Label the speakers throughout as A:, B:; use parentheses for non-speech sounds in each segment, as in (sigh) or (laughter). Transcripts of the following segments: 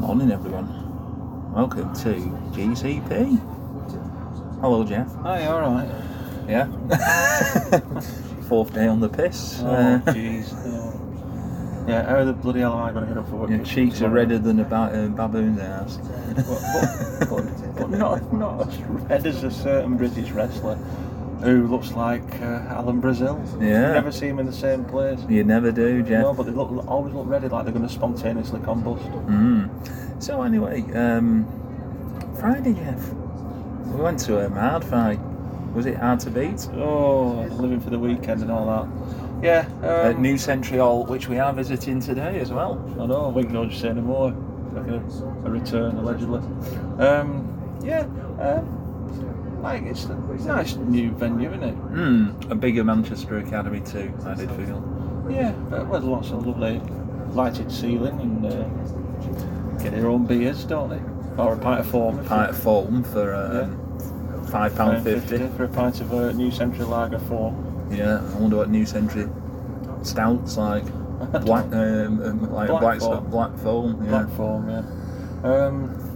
A: Morning, everyone. Welcome to GCP. Hello, Jeff.
B: Hi, all right.
A: Yeah. (laughs) Fourth day on the piss. (laughs)
B: Oh,
A: Uh,
B: jeez. no. Yeah, how the bloody hell am I going to get up for work?
A: your cheeks are redder than a ba- uh, baboon's
B: (laughs)
A: ass.
B: But, but, but (laughs) not, not as red as a certain British wrestler who looks like uh, Alan Brazil.
A: Yeah.
B: You never see him in the same place.
A: You never do, Jeff.
B: No, but they look, always look ready like they're going to spontaneously combust.
A: Mm. So anyway, um, Friday, Jeff. We went to a hard fight. Was it hard to beat?
B: Oh, living for the weekend and all that. Yeah. Um,
A: At New Century Hall, which we are visiting today as well.
B: I know, we can just say no more. Like a, a return, allegedly. Um, yeah, um, like it's a nice new venue, isn't it?
A: Hmm. A bigger Manchester Academy too. I did feel.
B: Yeah, but with lots of lovely lighted ceiling and uh, get their own beers, don't they? Or a pint of form. if you-
A: Pint of foam for um, five pound fifty.
B: for a pint of uh, New Central Lager form.
A: Yeah, I wonder what New Century stouts
B: (laughs)
A: like. Black, um, um, like
B: Black
A: black,
B: foam.
A: black foam. Yeah.
B: Black form, yeah. Um,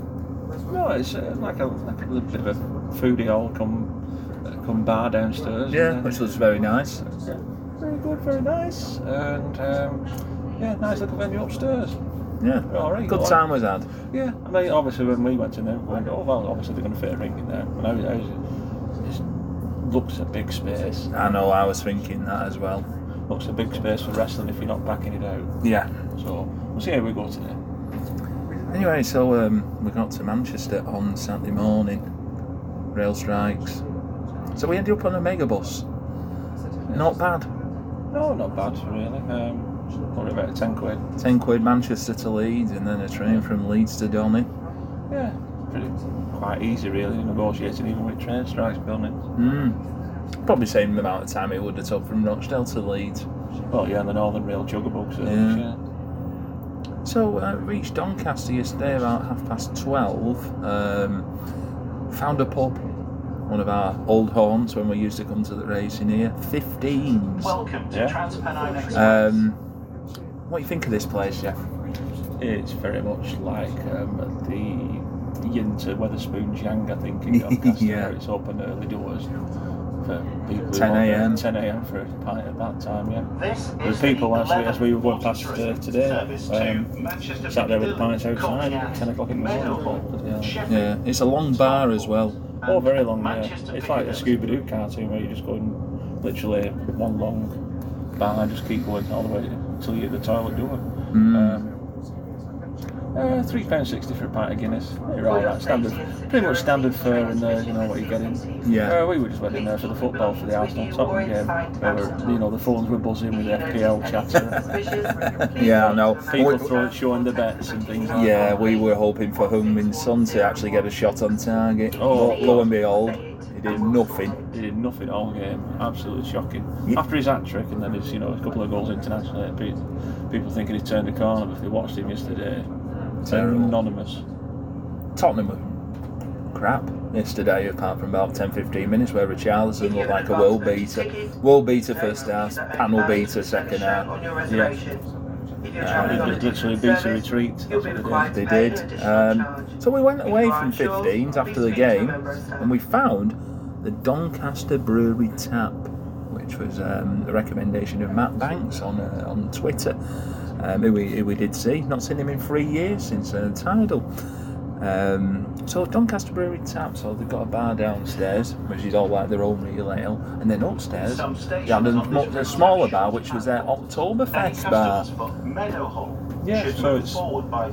B: no, it's uh, like a like a little bit of a foodie all come uh, come bar downstairs.
A: yeah,
B: and, uh,
A: which was very nice.
B: Yeah, very good, very nice, and um, yeah, nice little venue upstairs.
A: Yeah,
B: Oh, All right,
A: good
B: go on.
A: time was had.
B: Yeah, I mean, obviously when we went in there, we went, oh well, obviously they're going to fit a ring in there. And I was, I was just looks a big space,
A: I know, I was thinking that as well.
B: looks a big space for wrestling if you're not backing it out.
A: Yeah.
B: So we'll see how we go today.
A: Anyway, so um, we got to Manchester on Saturday morning. Rail strikes. So we ended up on a megabus. Not bad.
B: No, not bad really. Um, probably about ten quid.
A: 10 quid Manchester to Leeds and then a train from Leeds to Donny.
B: Yeah, pretty quite easy really negotiating even with train strikes, building.
A: Mm. Probably same amount of time it would have took from Rochdale to Leeds.
B: Oh yeah, and the Northern Rail Juggerbugs.
A: Yeah.
B: Yeah.
A: So uh, reached Doncaster yesterday about half past twelve. Um, found a pub, one of our old haunts when we used to come to the racing here. Fifteens.
C: Welcome to
B: Yeah. Uh,
C: TransPennine Express.
A: Um, what do you think of this place, Jeff?
B: It's very much like um, the yin to Weatherspoon's Yang, I think, in Doncaster.
A: Yeah.
B: where It's open early doors for people.
A: 10
B: who want a-
A: a.m..
B: 10 a.m. for a pint at that time, yeah.
C: this
B: the
C: is
B: people
C: the
B: as we- as we
C: 11th
B: went past, uh,
C: tourism
B: today,
C: service
B: um,
C: to Manchester
B: sat there with the
C: Piccadilly,
B: pints outside at
C: Courtyard,
B: 10 o'clock in the morning. Yeah.
C: Meadowhall, Sheffield,
A: Yeah, it's a long bar as well.
B: Oh, very long,
C: Manchester
B: yeah. It's like a
C: Piccadilly.
B: Scooby Doo cartoon where you just go in literally one long bar and just keep going all the way till you hit the toilet door.
A: Hmm.
B: Um, uh, three pound sixty for a pint of Guinness. You're all right, standard, pretty much standard fare in there. You know what you're getting.
A: Yeah.
B: Uh, we were just went in there for the football for the Arsenal Tottenham game. Where we're- you know, the phones were buzzing with FPL
C: (laughs)
B: chatter.
A: (laughs) Yeah, I know.
B: People throwing, showing the bets and things. Like
A: Yeah,
B: that.
A: we were hoping for Heung-Min Son to actually get a shot on target.
B: Oh.
A: But lo and behold, he did nothing.
B: He did nothing all game. Absolutely shocking.
A: Yeah.
B: After his hat trick and then his, you know, a couple of goals internationally, pe- people thinking he turned a corner. But if they watched him yesterday,
A: Terrible.
B: anonymous.
A: Tottenham were crap yesterday, apart from about 10 15 minutes where Richarlison looked like a world beater. World beater first half, panel beater second half.
B: Yeah.
C: Yeah.
B: they just literally beat a retreat. That's what they did.
A: They did. Um, so we went away from 15s after the game and we found the Doncaster Brewery Tap, which was um, a recommendation of Matt Banks on uh, on Twitter, um, who, we, who we did see. Not seen him in three years since uh, Tidal. Um, so Doncaster Brewery Tap, so they've got a bar downstairs, which is all like their own real ale, and then upstairs they had a, mu- a smaller bar, which was their Oktoberfest bar.
B: Yeah,
C: Yeah,
B: so it's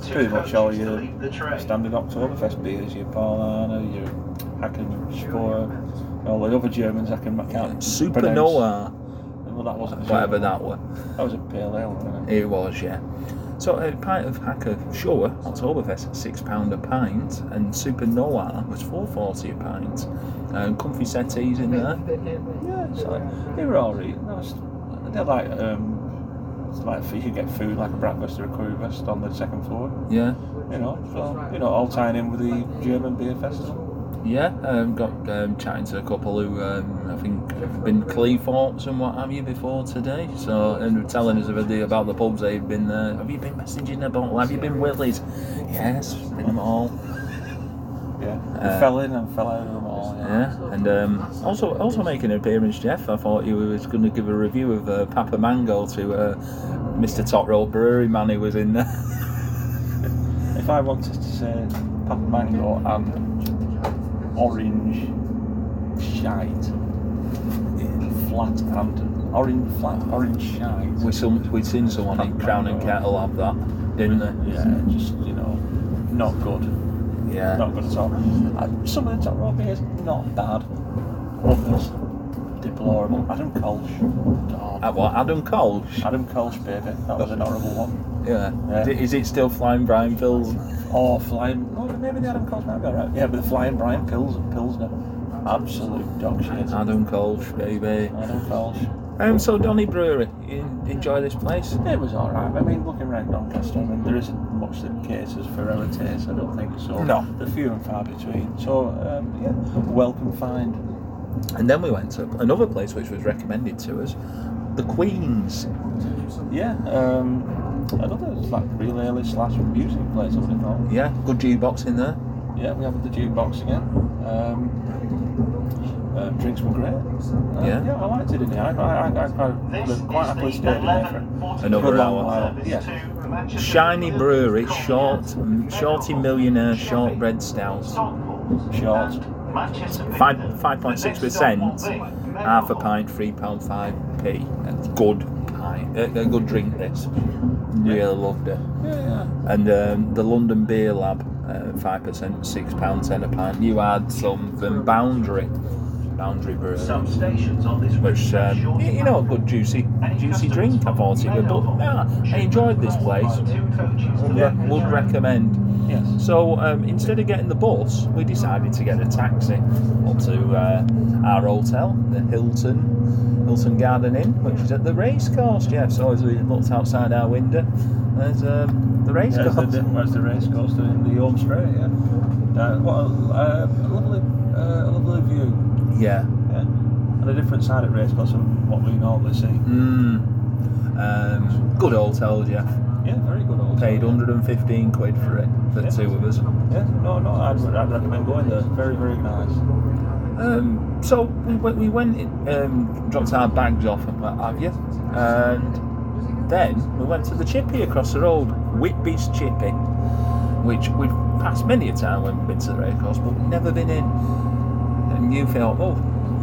B: Pretty much all your standard Oktoberfest beers, your Paulaner, your Hacken Spoor, all the other Germans I can I can't pronounce.
A: Supernova,
B: Well, that wasn't a
A: whatever
B: German.
A: that were.
B: That was a pale ale. Wasn't it?
A: It was, yeah. So a pint of Hacker Shower Oktoberfest, six pound a pint, and Super Noir was four forty a pint. And comfy settees in there.
B: Yeah, it's like, they were all right. No, it's- they're like um, it's like you could get food like a breakfast or a currywurst on the second floor.
A: Yeah,
B: You know, so you know, all tying in with the German beer festival.
A: Yeah, um, got um, chatting to a couple who um, I think have been Cleethorpes and what have you before today. So and were telling us about the, about the pubs they've been. Uh, have you been messaging about? Have you been Willie's? Yes, been them all.
B: Yeah.
A: Uh,
B: I fell in and fell out of them all. Yeah.
A: Yeah, and um, also also making an appearance, Jeff. I thought you was going to give a review of uh, Papa Mango to uh, Mr. Top Rope Brewery man who was in there. (laughs)
B: If I wanted to say Papa Mango and orange shite, flat and orange flat orange shite.
A: We some we'd seen someone in Crown and Kettle have that, didn't they?
B: Yeah, just you know, not good,
A: Yeah,
B: not good at all. Uh, some of the top rope is not bad. Others deplorable. Adam Kolsch. Oh,
A: At what Adam Colch?
B: Adam Kolsch, baby. That was an horrible one.
A: Yeah.
B: Yeah.
A: Is, it, is it still flying Brian Phil's?
B: Oh, flying. Oh, maybe the Adam Cole's might be alright. Yeah, but the flying Brian Pils, Pilsner. Absolute dog shit.
A: Adam Colch, baby.
B: Adam Cole's.
A: Um, so Donny Brewery, you enjoy this place?
B: It was alright. I mean, looking around Doncaster, I mean, there isn't much that cases for our taste, I don't think so.
A: No.
B: They're few and far between. So, um, yeah, welcome find.
A: And then we went to another place which was recommended to us, the Queen's.
B: Yeah, um, another like real early slash music place, I would have thought.
A: Yeah, good jukebox in there.
B: Yeah, we have the jukebox again. Um, uh, drinks were great. Uh,
A: Yeah.
B: yeah, I liked it in here. I, I, I, I quite, quite happily stayed in there for
A: Another
B: Good
A: hour.
B: while. Yeah.
A: Shiny Brewery, short, shorty millionaire shortbread stout.
B: Short.
A: Five, 5.6%, half a pint, £3.5p. That's good pint, uh, a a good drink this. Really loved it.
B: Yeah,
A: And um, the London Beer Lab, uh, five percent, six pound ten a pint. You had some from Boundary, Boundary Brewery,
C: stations on this
A: which um, y- you, know a good juicy, juicy drink. I thought it was, but yeah, I enjoyed this place. Would, re- would recommend.
B: yeah. Yes.
A: So um, instead of getting the bus, we decided to get a taxi up to uh, our hotel, the Hilton, Hilton Garden Inn, which is at the racecourse. Yeah, so as we looked outside our window, there's um, the racecourse. (laughs)
B: Where's the, where's the race course to in the Home Straight? Yeah. Uh, what a, uh, a lovely, uh, a lovely view.
A: Yeah.
B: Yeah. And a different side of race course from what we normally see.
A: Mm. Um, good hotel, Jeff.
B: Yeah, very good. Also.
A: Paid 115 quid for it for the two of us.
B: Yeah. No, no, I'd, I'd recommend going there. Very, very nice.
A: Um, so we, went- we went, in, um, dropped our bags off and what have you, and then we went to the chippy across the road, Whitby's Chippy, which we've passed many a time when we've been to the racecourse, but we've never been in. And you thought, oh,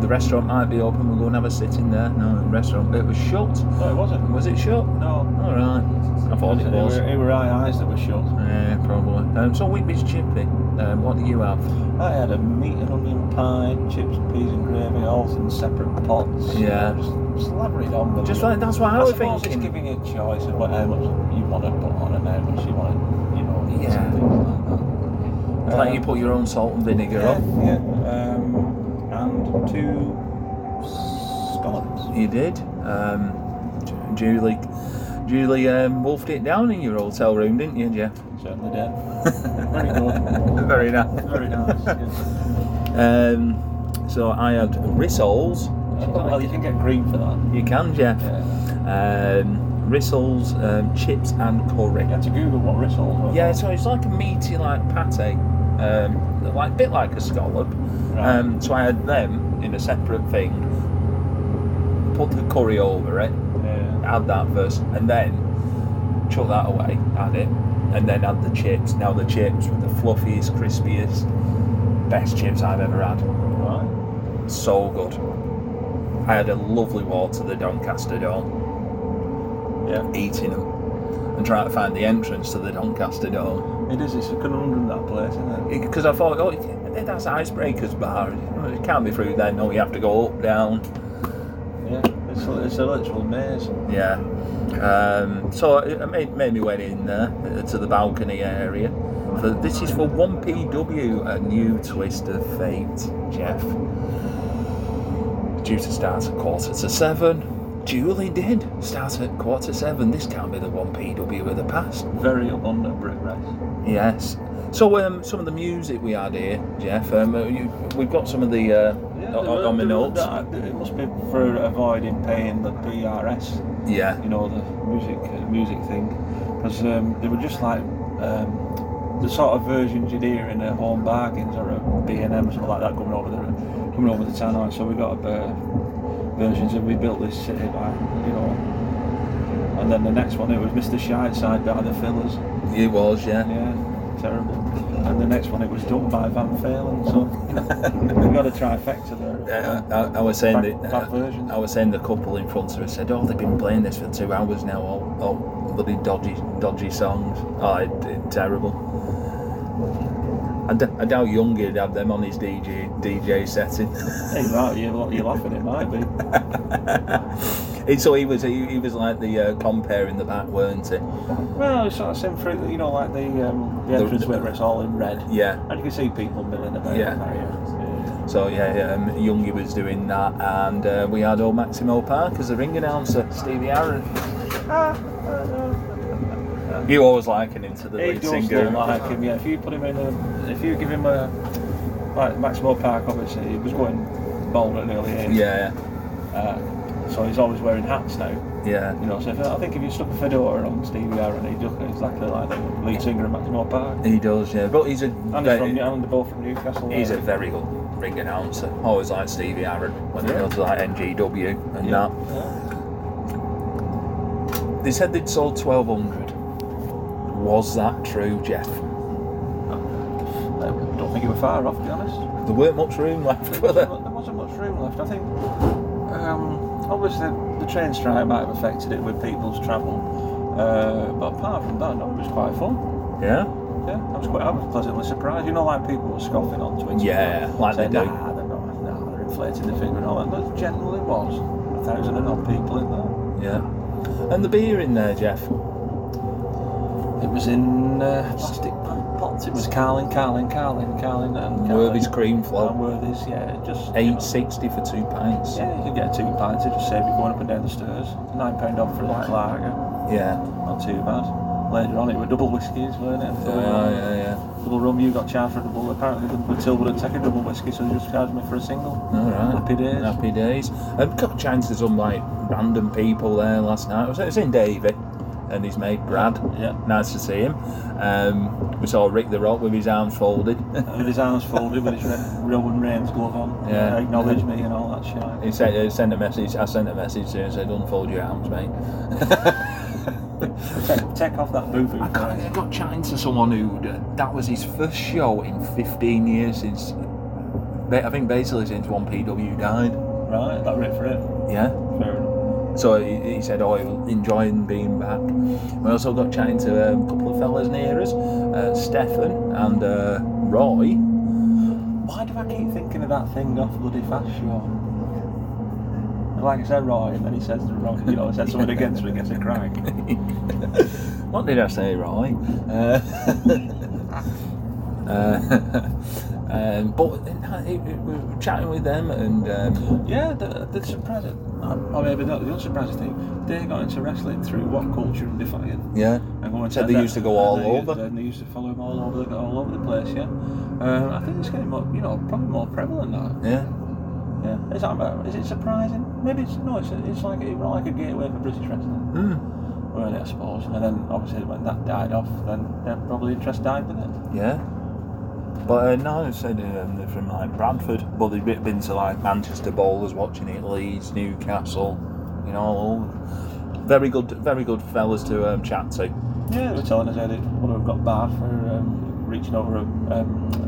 A: the restaurant might be open, we'll go and have a sit in there. No, the restaurant, it was shut.
B: No, it wasn't.
A: Was it shut?
B: No.
A: All right. I thought it
B: It
A: was.
B: were, it were our eyes that were shut.
A: Yeah, probably. Um, so Whitby's chippy. Um, what do you have?
B: I had a meat and onion pie, chips, peas and gravy, all in separate pots.
A: Yeah.
B: Just slabber it on. with
A: Just
B: it.
A: like that's what I was
B: suppose It's
A: thinking.
B: giving you a choice of what, how much you want to put on and how much you want to, you know, eat
A: Yeah.
B: and things like that.
A: Like you
B: Um,
A: put your own salt and vinegar
B: yeah,
A: on.
B: yeah. Um, and two scallops.
A: You did. Um, J- Julie, Julie um, wolfed it down in your hotel room, didn't you, Jeff?
B: Certainly did. Very
A: (laughs)
B: good.
A: Very nice.
B: (laughs) Very nice. yeah.
A: Um, so I had rissoles.
B: Well, you can get green for that.
A: You can, Jeff.
B: Yeah.
A: Um, rissoles, um, chips, and curry.
B: You had to Google what rissoles were.
A: Yeah, so it's like a meaty like pate, um, like bit like a scallop.
B: Right.
A: Um, so I had them in a separate thing. Put the curry over it,
B: Yeah.
A: add that first, and then chuck that away, add it, and then add the chips. Now the chips were the fluffiest, crispiest, best chips I've ever had.
B: Right.
A: So good. I had a lovely walk to the Doncaster Dome,
B: Yeah.
A: eating them, and trying to find the entrance to the Doncaster Dome.
B: It is. It's a conundrum that place, isn't it?
A: because I thought, oh, that's Icebreaker's bar. It can't be through there. No, you have to go up, down.
B: Yeah. It's a, it's a literal maze.
A: Yeah. Um, so it it made, made me went in there uh, to the balcony area. For, this is for 1PW, a new twist of fate, Jeff. Due to start at quarter to seven. Julie did start at quarter seven. This can't be the 1PW of the past.
B: Very abundant brick rest.
A: Yes. So um, some of the music we had here, Jeff. Um, uh, you, we've got some of the uh,
B: Yeah,
A: on,
B: there
A: on-
B: were-
A: on my
B: there were-
A: notes.
B: that- It must be for avoiding paying the PRS.
A: Yeah.
B: you know the music uh, music thing because um, they were just like um, the sort of versions you'd hear in a home bargains or uh, a B&M or something like that coming over the coming over the town line so we got uh, versions and we built this city by you know and then the next one it was Mr Shideside by the Fillers
A: It was, yeah.
B: yeah terrible and the next one it was done by Van Falen so (laughs) we got a trifecta there
A: Uh, I, I was saying
B: Bad-
A: that uh,
B: bad version.
A: I was saying the couple in front of us said, "Oh, they've been playing this for two hours now. All, all bloody dodgy, dodgy songs. Oh, it, it- terrible." I, d- I doubt Youngie would have them on his DJ DJ setting. (laughs)
B: hey right you're, you're laughing it might be
A: And so he was he, he was like the uh, compare in the back, weren't he?
B: Well, it's sort of same through, you know, like the, um, the
A: The-
B: entrance where it's all in red.
A: Yeah.
B: And you can see people milling about.
A: Yeah.
B: Yeah.
A: So yeah, um, Youngie was doing that, and uh, we had old Maximo Park as the ring announcer, Stevie Aaron. You always liken him to the
B: He
A: lead
B: does look
A: singer.
B: like him, yeah. If you put him in a, if you give him a, like Maximo Park, obviously, he was going bald at an early age.
A: Yeah,
B: Uh, so he's always wearing hats now.
A: yeah.
B: You know, so if, I think if you stuck a fedora on Stevie Aaron, he'd look exactly like the lead singer of Maximo Park.
A: He does, yeah. But he's a
B: And he's from, and they're both from Newcastle.
A: he's a
B: aren't
A: very good ring announcer. Always like Stevie Aaron when they
B: Yeah.
A: go to like NGW
B: they?
A: and
B: Yeah.
A: that. They said they'd sold twelve hundred. Was that true, Jeff?
B: I don't think you were far off, to
A: (laughs)
B: be honest.
A: There weren't much room left,
B: There
A: were there?
B: wasn't, there wasn't much room left. I think um, obviously the train strike might have affected it with people's travel, uh, but apart from that, no, it was quite fun.
A: Yeah.
B: Yeah, I was quite I was pleasantly surprised. You know, like people were scoffing on Twitter.
A: Yeah, like they do.
B: saying, Nah, they're not. Nah, they're inflating the figure and all that. But generally, was a thousand and odd people in there.
A: Yeah. And the beer in there, Jeff.
B: It was in uh, plastic pots. It was Carlin, Carlin, Carlin, Carlin, and
A: Worthy's cream
B: And
A: float.
B: Worthy's, yeah, just you know.
A: Eight sixty for two pints.
B: Yeah, you can get two pints, it just save you going up and down the stairs. Nine pound off for a light lager,
A: Yeah.
B: not too bad. Later on it were double whiskies, weren't it? Double,
A: Yeah,
B: rum.
A: Oh, yeah, yeah.
B: double rum, you got charged for a double. Apparently the Matilda wouldn't take a double whiskey, so they just charged me for a single.
A: All right.
B: Happy days.
A: Happy days. Um, got chance to some like random people there last night. It was, it was in Davy, and his mate Brad.
B: Yeah.
A: Nice to see him. Um, we saw Rick the Rock with his arms folded. (laughs)
B: And with his arms folded, with his red Rowan Reigns glove on,
A: Yeah.
B: acknowledge me and all that shit.
A: he said, uh, sent a message. I sent a message to him and said, "Unfold your arms, mate." (laughs)
B: Take, take off that boo boo.
A: I got, I got chatting to someone who that was his first show in 15 years since I think basically since 1PW died.
B: Right, that it for it.
A: Yeah.
B: Fair enough.
A: So he, he said, "Oh, he- enjoying being back." We also got chatting to um, a couple of fellas near us, uh, Stefan and uh, Roy. (laughs)
B: Why do I keep thinking of that thing off bloody fast show? Like I said, Roy, and then he says, the wrong- you know, he says something against me, gets a crack.
A: What did I say, Roy? Uh, (laughs) uh, um, but uh, it- it- we were chatting with them, and um,
B: Yeah, the, the um, surprising, or maybe not the unsurprising thing, they got into wrestling through what culture and defiant.
A: yeah,
B: And going
A: Said they used to go all over.
B: They, used to follow him all over, the, all over the place. Yeah, uh, I think it's getting more, you know, probably more prevalent now.
A: yeah.
B: Yeah, is, that, is it surprising? Maybe it's no, it's, it's like it was like a gateway for British wrestling,
A: Hmm.
B: really, I suppose. And then obviously when that died off, then their probably interest died with it.
A: Yeah. But uh, no, they said um, they're from like Bradford, but they've been- been to like Manchester bowlers watching it, Leeds, Newcastle, you know, all over. Very good, very good fellas to um, chat to.
B: Yeah, they were telling us how they would have got barred for um, reaching over a. Um,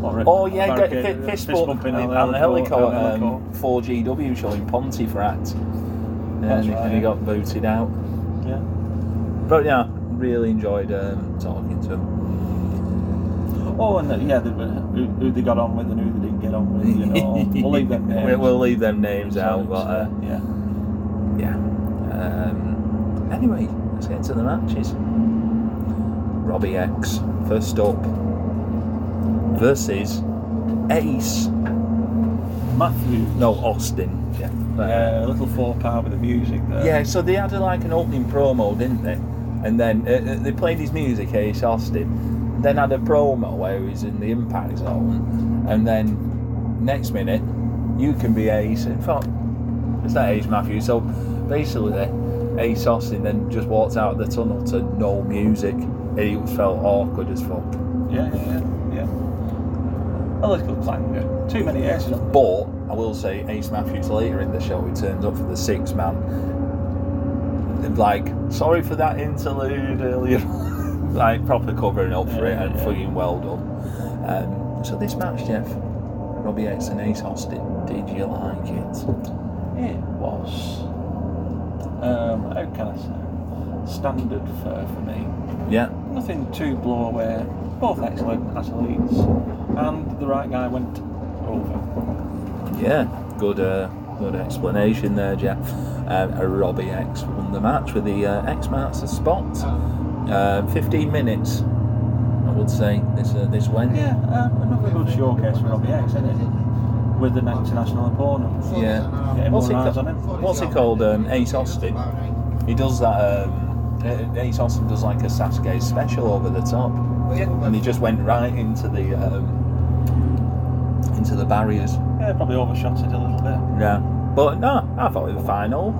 B: what were it?
A: Oh yeah, get
B: Barricade, uh,
A: fi- fist
B: fist
A: bump
B: bump
A: in
B: in
A: on
B: Al-
A: the
B: Alcor-
A: helicopter. Um, 4GW show in Pontefract, and,
B: That's
A: he- and he
B: right.
A: got booted out.
B: Yeah.
A: But yeah, really enjoyed um, talking to him.
B: Oh, and the, yeah, they, were- who, who they got on with and who they didn't get on with.
A: (laughs)
B: You know, we'll leave them names.
A: We'll- we'll leave them names out, but. Uh,
B: yeah.
A: Yeah. Um, anyway, let's get into the matches. Robbie X, first up, versus Ace.
B: Matthew.
A: No, Austin. Yeah.
B: Uh, a little four power with the music there.
A: yeah, so they had uh, like an opening promo, didn't they? And then uh, uh, they played his music, Ace Austin. then had a promo where he was in the impact zone, and then next minute, you can be Ace. In fact, it's not Ace Matthews. So basically, Ace Austin then just walked out of the tunnel to no music. and It felt awkward as fuck.
B: Yeah, yeah, yeah, yeah. A little clanger. Too many S's on.
A: But I will say, Ace Matthews later in the show, he turns up for the six man. Like, sorry for that interlude earlier. (laughs) like, proper covering up for it
B: Yeah,
A: and
B: yeah.
A: fucking well done. Um, so, this match, Jeff, Robbie X and Ace Austin, did you like it?
B: It was, um, how can I say, standard for, for me.
A: Yeah.
B: Nothing too blow away. Both excellent athletes. And the right guy went over.
A: Yeah. Good uh, good explanation there, Jeff. Um, Robbie X won the match with the uh, X marks the spot. Uh, 15 minutes, I would say, this, uh, this went.
B: Yeah, um, another good showcase for Robbie X, isn't it? With an international opponent.
A: Yeah.
B: Get
A: What's
B: more
A: he,
B: eyes
A: ca-
B: on him.
A: what's he called? Um, Ace Austin. He does that. Um, uh, Ace Austin does like a Sasuke special over the top, and he just went right into the um, into the barriers.
B: Yeah, probably overshot it a little bit.
A: Yeah, but no, I thought we were fine all.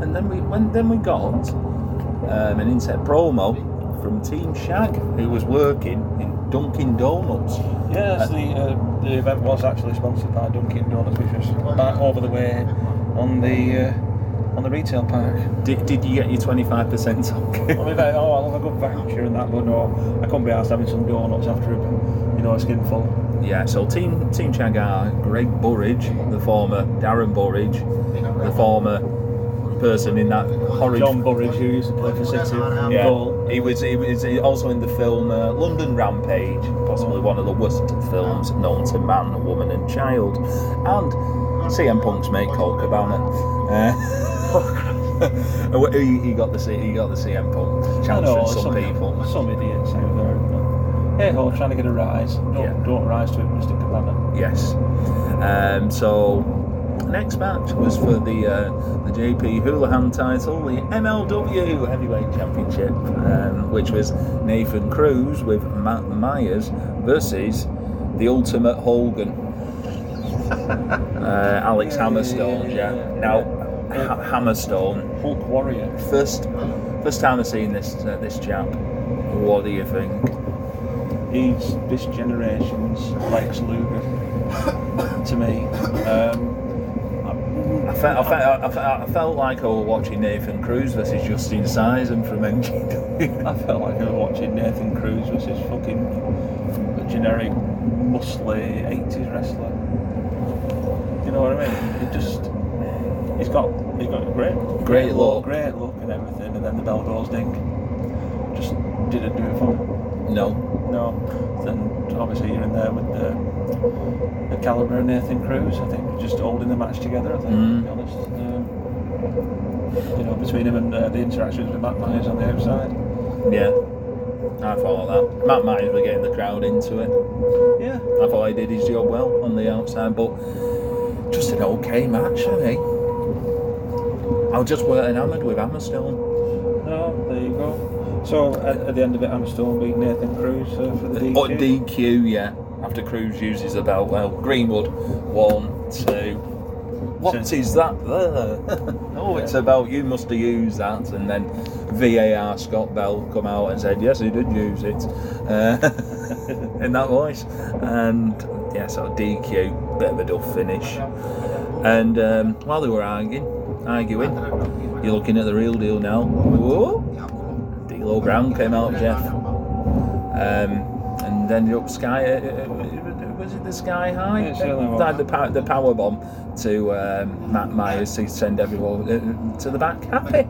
A: And then we when then we got um, an inset promo from Team Shag, who was working in Dunkin' Donuts.
B: Yeah, that's the, uh, the event was actually sponsored by Dunkin' Donuts, which was back over the way on the uh, on the retail park.
A: Did, did you get your twenty five percent off? (laughs)
B: I mean, they, oh, I'll have a good voucher and that, but no, I couldn't be asked having some donuts after a, you know, a skinful.
A: Yeah, so Team Team Changar, Greg Burridge, the former Darren Burridge, the former person in that horrid.
B: John Burridge, who used to play for City,
A: yeah,
B: goal.
A: he was he was also in the film uh, London Rampage, possibly one of the worst films known to man, woman, and child, and CM Punk's mate Cole Cabana. Uh, (laughs) he, he got the C- he got the CM Punk
B: I
A: chance
B: know,
A: from some, people.
B: Some idiots out there. but Hey ho, trying to get a rise. Don't,
A: Yeah.
B: don't rise to it, Mr. Cabana.
A: Yes. Um, so next match was for the uh, the JP Houlihan title, the MLW Heavyweight Championship, um, which was Nathan Cruz with Matt Myers versus the Ultimate Hogan, uh, Alex
B: Yeah, yeah,
A: Hammerstone.
B: yeah,
A: Yeah.
B: yeah.
A: Now ha- Hammerstone,
B: Hulk Warrior.
A: first first time I've seen this uh, this chap. What do you think?
B: He's this generation's Lex Luger to me. Um,
A: I felt, I, felt, I, felt, I felt like I was watching Nathan Cruz versus Justin Sizen from (laughs) NGW.
B: I felt like I was watching Nathan Cruz versus fucking generic, muscly 80s wrestler. Do you know what I mean? It just, he's got, he's got a great,
A: Great look.
B: great look and everything, and then the bell goes ding. Just didn't do it for me.
A: No.
B: No. Then obviously you're in there with the, the caliber of Nathan Cruz. I think just holding the match together. I think,
A: Mm.
B: to be honest. Um, you know, between him and uh, the interactions with Matt Myers on the outside.
A: Yeah. I follow that. Matt Myers were getting the crowd into it.
B: Yeah.
A: I thought he did his job well on the outside, but just an okay match, I think. I just weren't enamoured with Hammerstone.
B: No, there you go. So at, at the end of it, I'm still beating Nathan Cruz uh, for the DQ.
A: But DQ, yeah. After Cruz uses the belt, well, Greenwood, one, two. What is
B: So-
A: that there? oh, it's about you must have used that. And then VAR Scott Bell come out and said, yes, he did use it uh, (laughs) in that voice. And yeah, so DQ, bit of a dull finish. And um, while they were arguing, arguing, you're looking at the real deal now. Whoa! D'Lo Brown came out, Jeff. Um, and then up Sky, uh, uh, uh, was it the Sky High?
B: Yeah, it certainly was.
A: Like the, pow- the power bomb to um, Matt Myers to send everyone uh, to the back happy.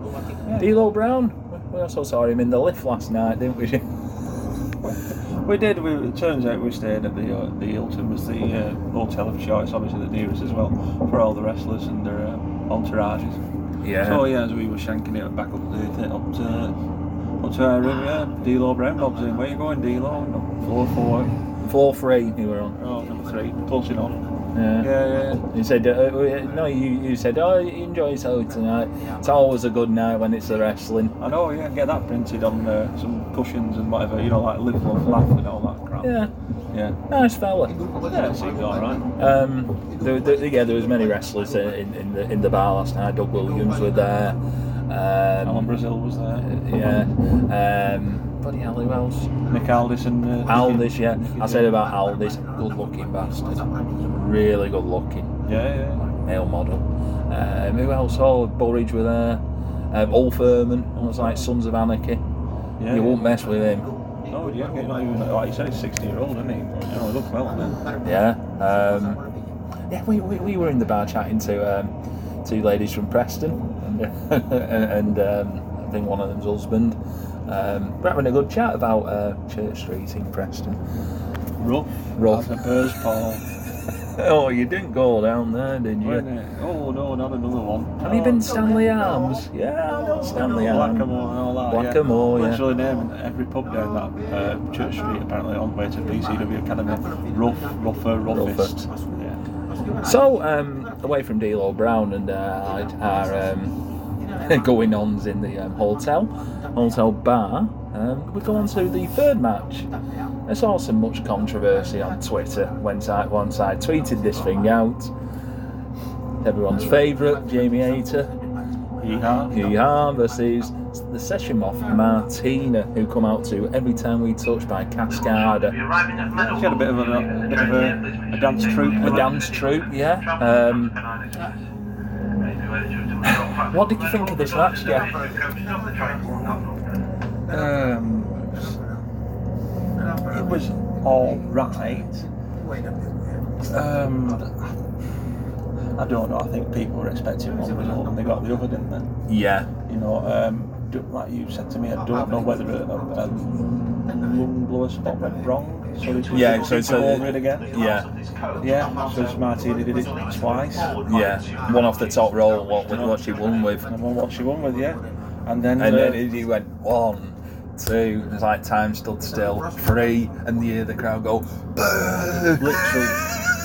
A: D'Lo Brown, we also saw him in the lift last night, didn't we? (laughs)
B: We did. We, it turns out we stayed at the uh, the Hilton was the uh, hotel of choice, obviously the nearest as well for all the wrestlers and their uh, entourages.
A: Yeah.
B: So yeah, as we were shanking it back up the the- up to up to our room, yeah. D-Lo Brown Bob's in. Where you going, D-Lo? No, floor four.
A: Four three, you were on.
B: Oh, number three. Pulsing on.
A: Yeah.
B: Yeah,
A: You said, uh, uh, no, you, you said, oh, you enjoy yourself tonight. It's always a good night when it's the wrestling.
B: I know, yeah, get that printed on uh, some cushions and whatever, you know, like live, love, laugh and all that crap.
A: Yeah,
B: Yeah,
A: nice fella.
B: yeah it seemed alright.
A: Um, there, there, yeah, there was many wrestlers in, in, in the in the bar last night. Doug Williams were there.
B: Alan
A: Um,
B: Brazil was there.
A: yeah. Um, bloody hell, who else?
B: Nick Aldis and... Uh,
A: Aldis, yeah. I said about Aldis, good looking bastard. Really good looking.
B: Yeah, yeah.
A: Male model. Um, who else? Oh, Burridge were there. Um, Old Furman, it was like Sons of Anarchy.
B: yeah.
A: You won't mess with him.
B: No, Oh, yeah, not even, like you said, he's 60 year old, isn't he? You know, look well, man.
A: Yeah. Um, yeah, we, we, we were in the bar chatting to um, two ladies from Preston, and, (laughs) and um, I think one of them's husband. Um, we're having a good chat about uh, Church Street in Preston. (laughs)
B: Rough.
A: Rough.
B: As a bird's paw.
A: Oh, you didn't go down there, did you?
B: Wasn't it? Oh, no, not another one.
A: Have you been to Stanley Arms? Yeah, I know Stanley Arms.
B: Blackamore and all that.
A: Blackamore, yeah.
B: yeah. Literally naming every pub down that uh, Church Street, apparently, on the way to PCW Academy. Rough, rougher, roughest. Yeah.
A: So, um, away from D-Lo Brown and uh, our um, (laughs) going ons in the um, hotel, hotel bar, um, we go on to the third match. I saw some much controversy on Twitter when I, once I tweeted this thing out. Everyone's favourite, Jamie Hayter,
B: Yeehaw.
A: Yeehaw versus the session off Martina, who come out to Every Time We Touch by Cascada.
B: She had a bit of a, a bit of a, a dance troupe
A: A
B: with that.
A: dance troupe, yeah. Um, what did you think of this match, Jeff?
B: Um, it was all right. Um, I don't know. I think people were expecting one result and they got the other, didn't they?
A: Yeah,
B: You know, um, do- like you said to me, I don't know whether a, a, a lung blower spot went wrong. So they
A: Yeah, so it's a-
B: over it again.
A: yeah.
B: Yeah, so Martina did it twice. And
A: Yeah, one off the top roll, what with what she won with,
B: I won what she won with, yeah. And then,
A: and
B: uh,
A: then it- he went one, two, and it's like time stood still, three, and you hear the crowd go, "Boo!"
B: literally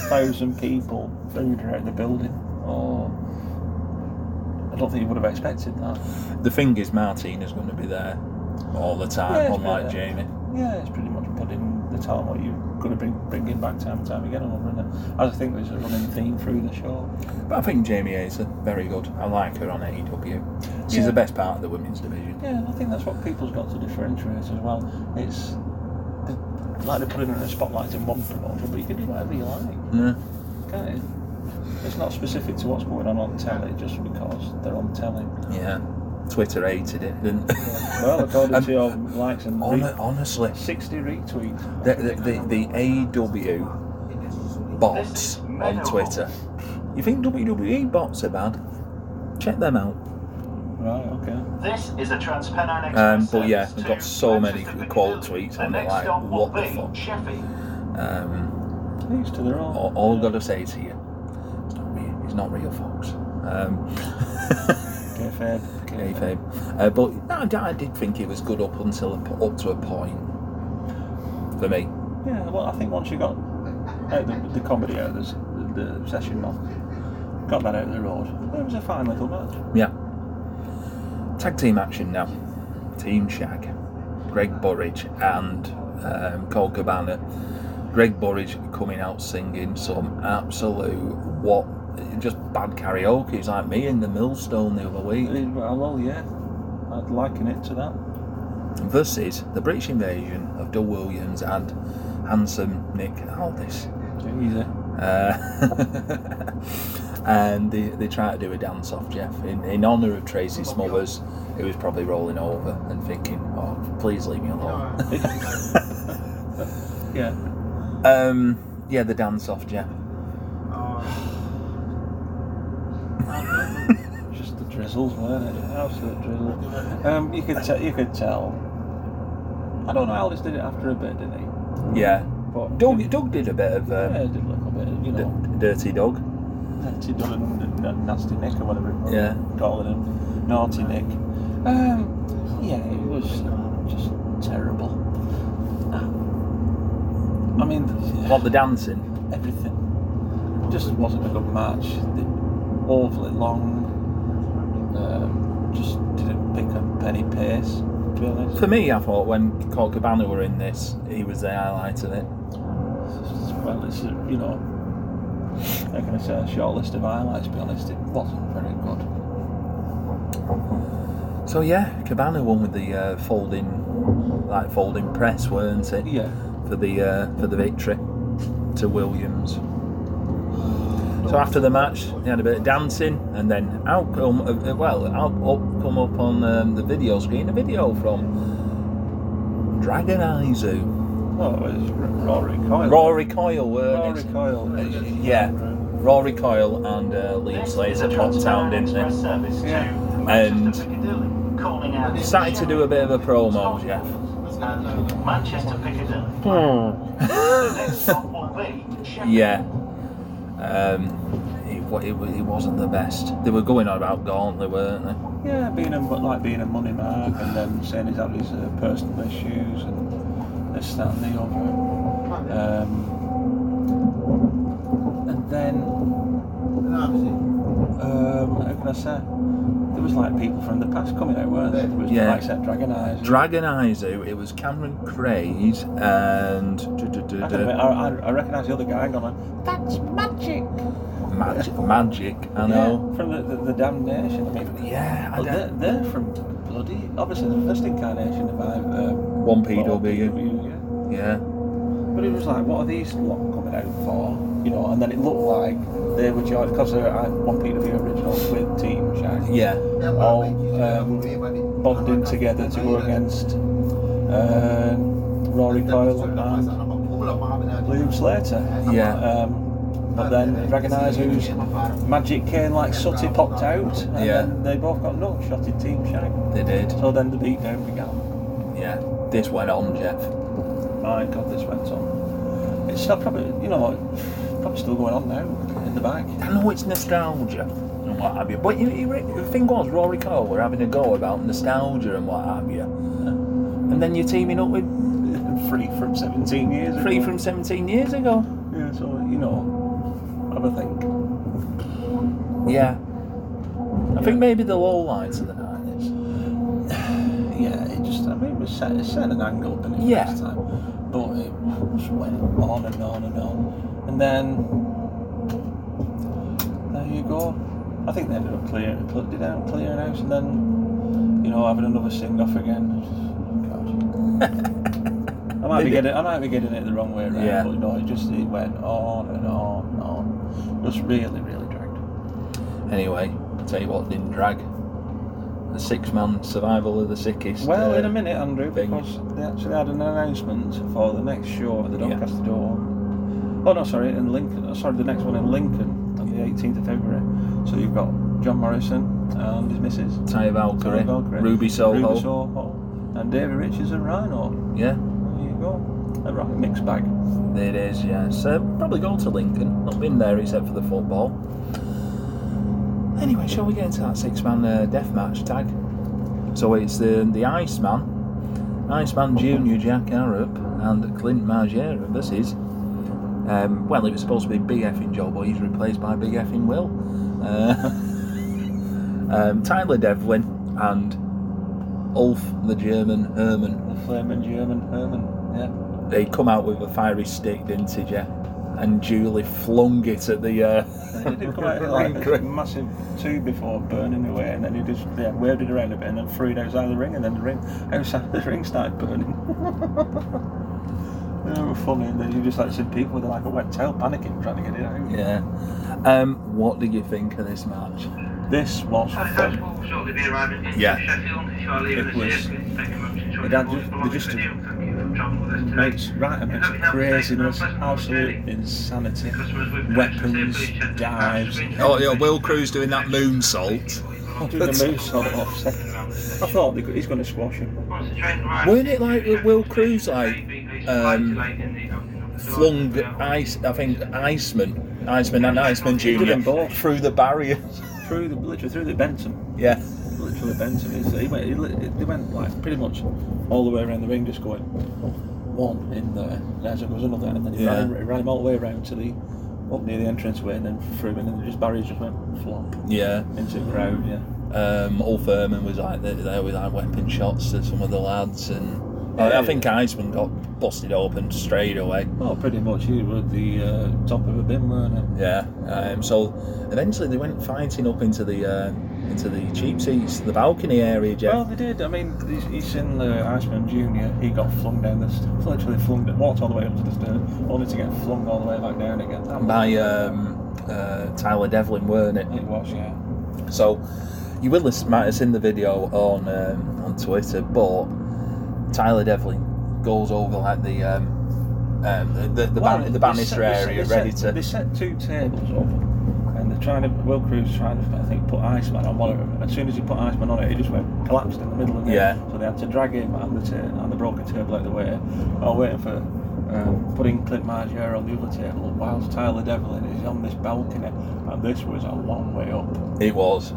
B: thousand people booed her out of the building. Oh, I don't think you would have expected that.
A: The thing is, Martina's going to be there all the
B: Yeah,
A: time,
B: it's
A: unlike
B: pretty-
A: Jamie.
B: Yeah, it's pretty much putting the time what you're going to bring bring it back time and time again over and over. As I think there's a running theme through the show.
A: But I think Jamie is very good. I like her on AEW. She's
B: Yeah.
A: the best part of the women's division.
B: Yeah, and I think that's what people's got to differentiate as well. It's they- like they're putting her in the spotlight in one promotion, but you can do whatever you like,
A: Yeah.
B: can't you? It's not specific to what's going on on telly just because they're on telly.
A: yeah. Twitter hated it, didn't? (laughs)
B: Well, according
A: Um,
B: to your likes and re-
A: hon- honestly,
B: 60 retweets.
A: the the, the, the AW bots on Twitter. You think WWE bots are bad? Check them out.
B: Right, okay.
D: This is a Transpennine
A: Um,
D: Express.
A: but yeah,
D: service
A: I've
D: to
A: got so many
D: Manchester
A: quote
D: Piccadilly.
A: tweets
D: The
A: on it,
D: next
A: like,
D: stop will
A: what the
D: be
A: fuck?
D: Sheffield.
A: Um,
B: Each to their own.
A: all, all I've got to say to you, it's not real. It's not real, folks. Um,
B: Okay, fair.
A: okay, babe. Uh, but no, I d- I did think it was good up until a p up to a point for me.
B: Yeah, well, I think once you got out the, the comedy out of this, the, the session off, got that out of the road, it was a fine little match.
A: Yeah. Tag team action now. Team Shag. Greg Burridge and um, Cole Cabana. Greg Burridge coming out singing some absolute what just bad karaoke. It's like me in the millstone the other
B: It
A: week.
B: is- Well, well, yeah, I'd liken it to that.
A: Versus the British invasion of Doug Williams and handsome Nick Aldis.
B: Easy.
A: Uh, (laughs) and they, they try to do a dance off, Jeff, in, in honour of Tracy Smothers, who was probably rolling over and thinking, oh, please leave me alone. (laughs)
B: Yeah.
A: Um, yeah, the dance off, Jeff.
B: Just the drizzles, weren't it? Absolute drizzle. Um, you could tell. You could tell. I don't know. Aldis did it after a bit, didn't he?
A: Yeah.
B: But
A: Doug, Doug did a bit of
B: yeah,
A: um,
B: he did a little bit. You know,
A: d- Dirty Dog.
B: Dirty Dog and N- N- Nasty Nick or whatever it
A: Yeah.
B: calling him. Naughty Nick. Um, yeah, it was just terrible. I mean,
A: What, the dancing?
B: everything. just wasn't a good match. They- Awfully long. Um, just didn't pick up any pace. To be honest,
A: For me, I thought when Colt Cabana were in this, he was the highlight of it.
B: well, it's a, you know, how can I say a short list of highlights? To be honest, it wasn't very good.
A: So yeah, Cabana won with the uh, folding, like folding press, weren't it?
B: Yeah,
A: for the uh, for the victory to Williams. So after the match, they had a bit of dancing, and then out come uh, uh, well, out up, come up on um, the video screen a video from Dragon Izu,
B: well, it was R- Rory Coyle.
A: Rory Coyle, weren't
B: Rory
A: it?
B: Coyle.
A: Yeah, Rory Coyle and uh, Liam
D: This is
A: Slater
D: a
A: popped out,
D: Transpennine
A: didn't
D: Express
A: they?
D: service to
B: Yeah.
D: Manchester
A: And
D: Piccadilly, calling out
A: Started to do a bit of a promo, Jeff.
D: Manchester Piccadilly. The next stop will be Sheffield.
A: Yeah. Um, it, wa- it, wa- it wasn't the best. They were going on about Gauntlet, weren't they?
B: Yeah, being a like being a money mark, and then saying he's had his uh, personal issues and this, that, and the other. Um, and then, um, how can I say? There was like people from the past coming out, weren't there? There was
A: Yeah.
B: like said Dragon Eyes.
A: Dragon Izu, it was Cameron Craze and du- du- du-
B: I,
A: du-
B: don't know, I, I, I recognise the other guy. Hang on, man. that's magic.
A: (laughs) magic, magic, I know.
B: Yeah, Oh, from the, the, the damnation. I mean,
A: Yeah, I
B: well, they're,
A: don't-
B: they're from bloody obviously the first incarnation of I. Um,
A: one PW.
B: PW, yeah.
A: Yeah,
B: But it was like, what are these lot coming out for? You know, and then it looked like they were joined because they're at one PW originals with Team Shag,
A: yeah.
B: all um, bonding together to go against um Rory Coyle and Liam Slater.
A: Yeah.
B: Um, but then Dragon Eyes, whose magic cane like sooty popped out, and
A: Yeah.
B: then they both got nut shot in Team Shag.
A: They did.
B: So then the beatdown began.
A: Yeah, this went on, Jeff.
B: My God, this went on. It's still probably, you know, probably still going on now in the back. (laughs)
A: I know it's nostalgia and what have you, but you, you, re- the thing was, Rory Cole were having a go about nostalgia and what have you, and then you're teaming up with
B: free from 17 years
A: three
B: ago.
A: from 17 years ago.
B: yeah so you know have a think
A: Yeah, I think
B: Yeah.
A: maybe the low lights of the night is.
B: yeah it just I mean it was set, it set an angle didn't it
A: Yeah.
B: first time but it just went on and on and on and then there you go I think they ended up clear, cl- did out clearing house and then you know having another sing off again
A: (laughs)
B: God. I might
A: They
B: be
A: did.
B: getting I might be getting it the wrong way around
A: Yeah.
B: but no it just it went on and on and on it was really really dragged
A: Anyway, I'll tell you what didn't drag. The six man survival of the sickest.
B: Well,
A: uh,
B: in a minute, Andrew,
A: thing.
B: because they actually had an announcement for the next show at the
A: Yeah.
B: Doncaster Dome. Oh no, sorry, in Lincoln. oh, Sorry, the next one in Lincoln on the 18th of February. So you've got John Morrison and his missus,
A: Ty Valkyrie,
B: Sarah Valkyrie,
A: Ruby Soho.
B: Ruby Soho, and David Richards and Rhino.
A: Yeah,
B: There you go, a rock mixed bag.
A: it is, yeah. So, probably go to Lincoln. Not been there except for the football. Anyway, shall we get into that six man uh, death match tag? So, it's the, the Iceman, Iceman Junior Jack Arab and Clint Margera versus. Um, well, it was supposed to be Big F in Joe, but he's replaced by Big F in Will. Uh, (laughs) um, Tyler Devlin and Ulf the German Herman.
B: The Flaming German Herman. Yeah.
A: They come out with a fiery stick, didn't he, Jeff? And Julie flung it at the. Uh, (laughs)
B: He (laughs) did come out with, like a massive two before burning away, and then he just yeah, waved it around a bit and then threw it outside the ring, and then the ring (laughs) outside the ring started burning. (laughs) they were funny, and then you just like some people with like a wet tail panicking trying to get it out.
A: yeah. Um, what did you think of this match?
B: This was fun.
E: will shortly be arriving in
A: Yeah.
E: Sheffield. If you are leaving
B: It
E: the
B: was-
E: city, thank you very much. Enjoy
B: it
E: your
B: had
E: voyage
B: just-
E: along
B: they just-
E: with you. Thank you for travelling with us today.
B: Mates, right amounts of craziness, absolute insanity, weapons, dives.
A: Oh, yeah, Will Cruz doing that moonsault.
B: (laughs) Doing the moose sort of off second. I thought they, he's going to swash him.
A: Weren't it like with Will Cruz, like, um, Flung ice, I think Iceman, Iceman and Iceman
B: Did
A: Junior
B: them both.
A: through the barrier. (laughs)
B: Through the literally through the Bentham.
A: Yeah.
B: literally bent him. It's- He went, he, li- they went like pretty much all the way around the ring, just going one in there. And as it was another, and then he,
A: Yeah.
B: ran, he ran him all the way around to the up near the entranceway and then threw him in and just barriers just went flop
A: Yeah.
B: into the crowd, yeah.
A: Um, Ulf Herman was like there, there with like weapon shots to some of the lads, and I, I
B: Yeah.
A: think Iceman got busted open straight away.
B: Well, pretty much you were the uh, top of a bin, weren't it?
A: Yeah. Um, so eventually they went fighting up into the uh, into the cheap seats, the balcony area, Jeff.
B: Well, they did. I mean, he's, he's in the Iceman Junior. He got flung down the stairs, literally flung, walked all the way up to the stairs, only to get flung all the way back down again. That was-
A: by um, uh, Tyler Devlin, weren't it?
B: It was, yeah.
A: So you will have, might have seen the video on um, on Twitter, but Tyler Devlin goes over like the um, um, the the, the,
B: Well,
A: ban-
B: they
A: the banister
B: set- they set-
A: area,
B: they
A: ready
B: set,
A: to
B: They set two tables up, and they're trying to. Will Cruz trying to, I think, put Iceman on one of them. As soon as he put Iceman on it, it just went collapsed in the middle of it.
A: Yeah.
B: So they had to drag him and the ta- and the broken table out the way, while waiting for. Um, putting Clint Margier on the other table whilst Tyler Devlin is on this balcony, and this was a long way up.
A: it was.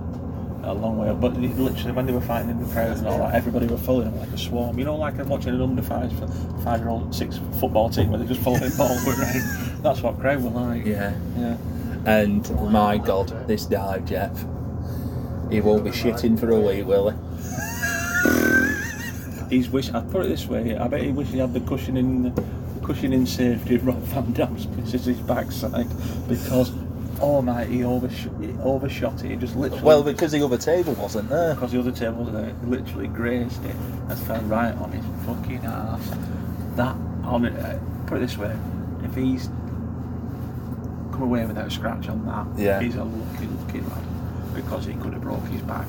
B: a long way up. But li- literally, when they were fighting in the crowd and all that, everybody were following them like a swarm. You know, like I'm watching an under five, five year old, six football team where they just follow him all the way around. That's what crowd were like.
A: Yeah.
B: Yeah.
A: And my God, this dive, Jeff. He won't be shitting for a week, will he?
B: He's wish. I put it this way. I bet he wished he had the cushion in, cushion in safety. of Rob Van Dam's misses his backside because, oh my, he, oversh- he overshot it. He just literally.
A: Well, because the other table wasn't there.
B: because the other table was there, literally grazed it and fell right on his fucking ass. That on it. uh, Put it this way: if he's come away without a scratch on that,
A: Yeah.
B: he's a lucky, lucky lad because he could have broke his back.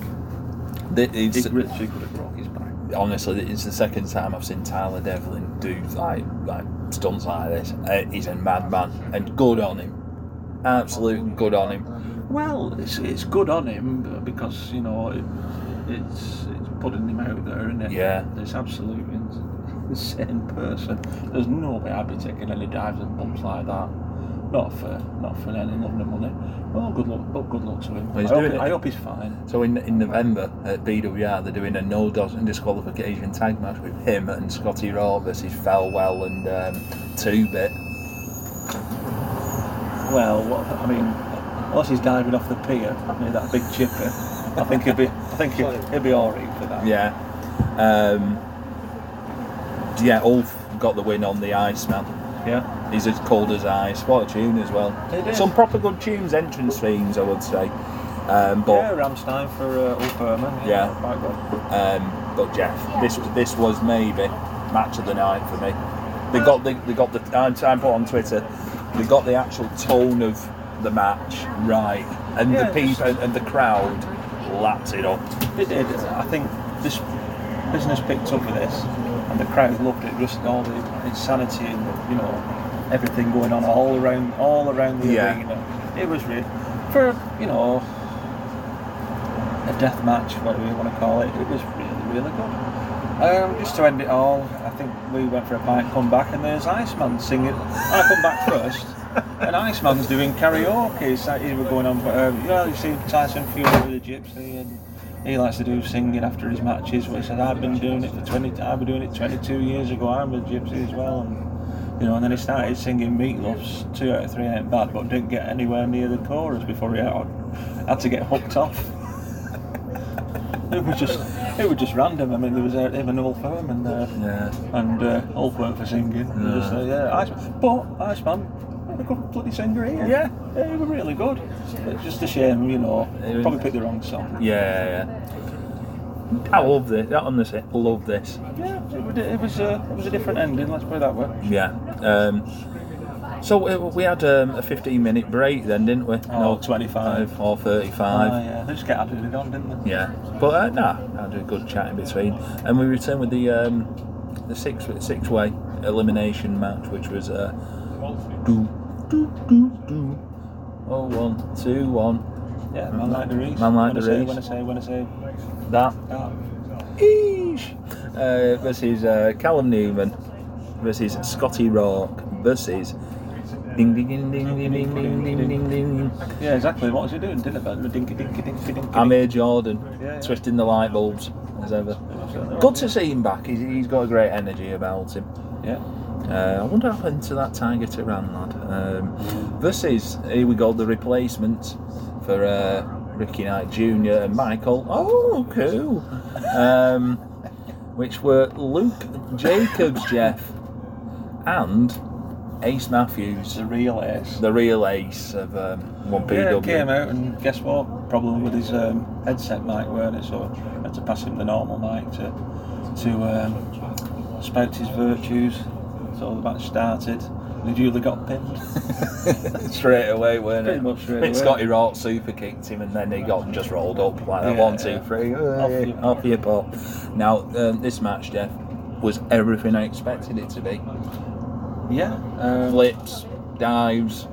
A: The-
B: He
A: It's,
B: literally could have broke his back.
A: honestly, it's the second time I've seen Tyler Devlin do like like stunts like this. Uh, he's a madman, and good on him. Absolute good on him.
B: Well, it's, it's good on him b- because you know it, it's it's putting him out there, isn't it?
A: Yeah.
B: This absolute in- insane person. There's no way I'd be taking any dives and bumps like that. Not for not for any lovely money. Well, good luck, but good luck to him.
A: Well, he's
B: I, hope,
A: doing it.
B: I hope he's fine.
A: So in in November at BWR, they're doing a no dodge and disqualification tag match with him and Scotty Raw versus Falwell and um, Two Bit.
B: Well, what, I mean, unless he's diving off the pier near that big chipper, I think he'll be I think he'll, he'll be all right for that.
A: Yeah. Um, yeah, Ulf got the win on the Iceman.
B: Yeah.
A: He's as cold as ice. What a tune as well.
B: It is.
A: Some proper good tunes, entrance themes, I would say. Um,
B: Yeah,
A: but
B: Ramstein for uh, Ulf Herman.
A: Yeah.
B: quite good.
A: um, but Jeff, this was this was maybe match of the night for me. They got the, they got the I, I put on Twitter. They got the actual tone of the match right, and
B: Yeah,
A: the people and, and the crowd lapped it up.
B: They did. I think this business picked up with this, and the crowd loved it. Just all the insanity and you know everything going on all around, all around the
A: Yeah.
B: arena. It was real for you know a death match, whatever you want to call it. It was really, really good. Um, just to end it all, I think we went for a pint, come back, and there's Iceman singing. I come back first, and Iceman's doing karaoke. It's like he was going on, but um, yeah, you see Tyson Fury with the gypsy, and he likes to do singing after his matches. Which said, I've been doing it for 20, I've been doing it 22 years ago. I'm a gypsy as well. And, you know, and then he started singing Meatloaf's two out of three ain't bad, but didn't get anywhere near the chorus before he had, had to get hooked off. It was just, it was just random. I mean, there was uh, him and Ulf Herman there,
A: Yeah.
B: and uh, Ulf weren't for singing. And just, uh, yeah, Iceman. But Iceman, had a good bloody singer here.
A: Yeah.
B: yeah, he was really good. It's just a shame, you know.
A: It was-
B: Probably picked the wrong song.
A: Yeah, yeah. I love this. Honestly, love this.
B: Yeah, it was, it was, uh, it was a different ending. Let's put it that way.
A: Yeah. Um, so uh, we had um, a 15 minute break then, didn't we?
B: Oh, 25.
A: or 35.
B: Ah, yeah, they just get added it on, didn't they?
A: Yeah. But uh, nah, had a good chat in between. And we returned with the um, the six six way elimination match, which was uh, do, do, do, do. Oh, one, two, one.
B: Yeah, man like the Reese.
A: Man like
B: when
A: the
B: I say,
A: Reese.
B: When I say, when I say,
A: That.
B: ah,
A: Eesh. Uh, versus uh, Callum Newman versus Scotty Rourke versus ding ding ding ding ding ding ding ding ding ding.
B: yeah, exactly. What was he doing? Didn't it? Dinky, dinky, dinky, dinky.
A: Amir Jordan
B: Yeah, yeah.
A: twisting the light bulbs as ever.
B: dinky.
A: Good to see him back. He's, he's got a great energy about him.
B: Yeah.
A: Uh, I wonder what happened to that Tiger Tehran lad. Um, this is, here we go, the replacements for uh, Ricky Knight Jr. and Michael. Oh, cool. Um, which were Luke Jacobs, Jeff, and Ace Matthews,
B: The real ace.
A: the real ace of um, 1PW.
B: Yeah, it came out and guess what? Problem with his um, headset mic, weren't it? So I had to pass him the normal mic to to um, spout his virtues. So the match started. The duly got
A: (laughs)
B: pinned.
A: straight away, weren't
B: Pretty
A: it?
B: much straight
A: I think
B: away.
A: Scotty Rock super kicked him, and then he got just rolled up like that.
B: Yeah.
A: One, two, three.
B: Off
A: Hey,
B: you-
A: Off your ball. Now um, this match, Jeff, was everything I expected it to be.
B: yeah. Um,
A: Flips, dives.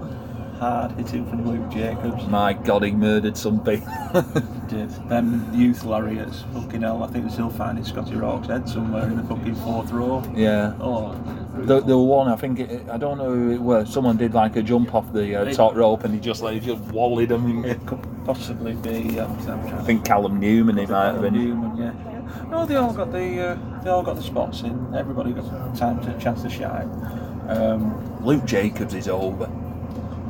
B: hard hitting from Luke Jacobs.
A: My God, he murdered something. (laughs)
B: Did. Them youth lariats. Fucking hell, I think they're still finding Scotty Rock's head somewhere in the fucking fourth row.
A: yeah.
B: Oh.
A: The, the one I think it, I don't know who it was. Someone did like a jump off the uh, top rope, and he just like he just wallied him.
B: It could possibly be. Um, I'm trying
A: I
B: to
A: think Callum Newman it might have been.
B: Newman, yeah. No, they all got the uh, they all got the spots in. Everybody got time to chance to shine. Um,
A: Luke Jacobs is over.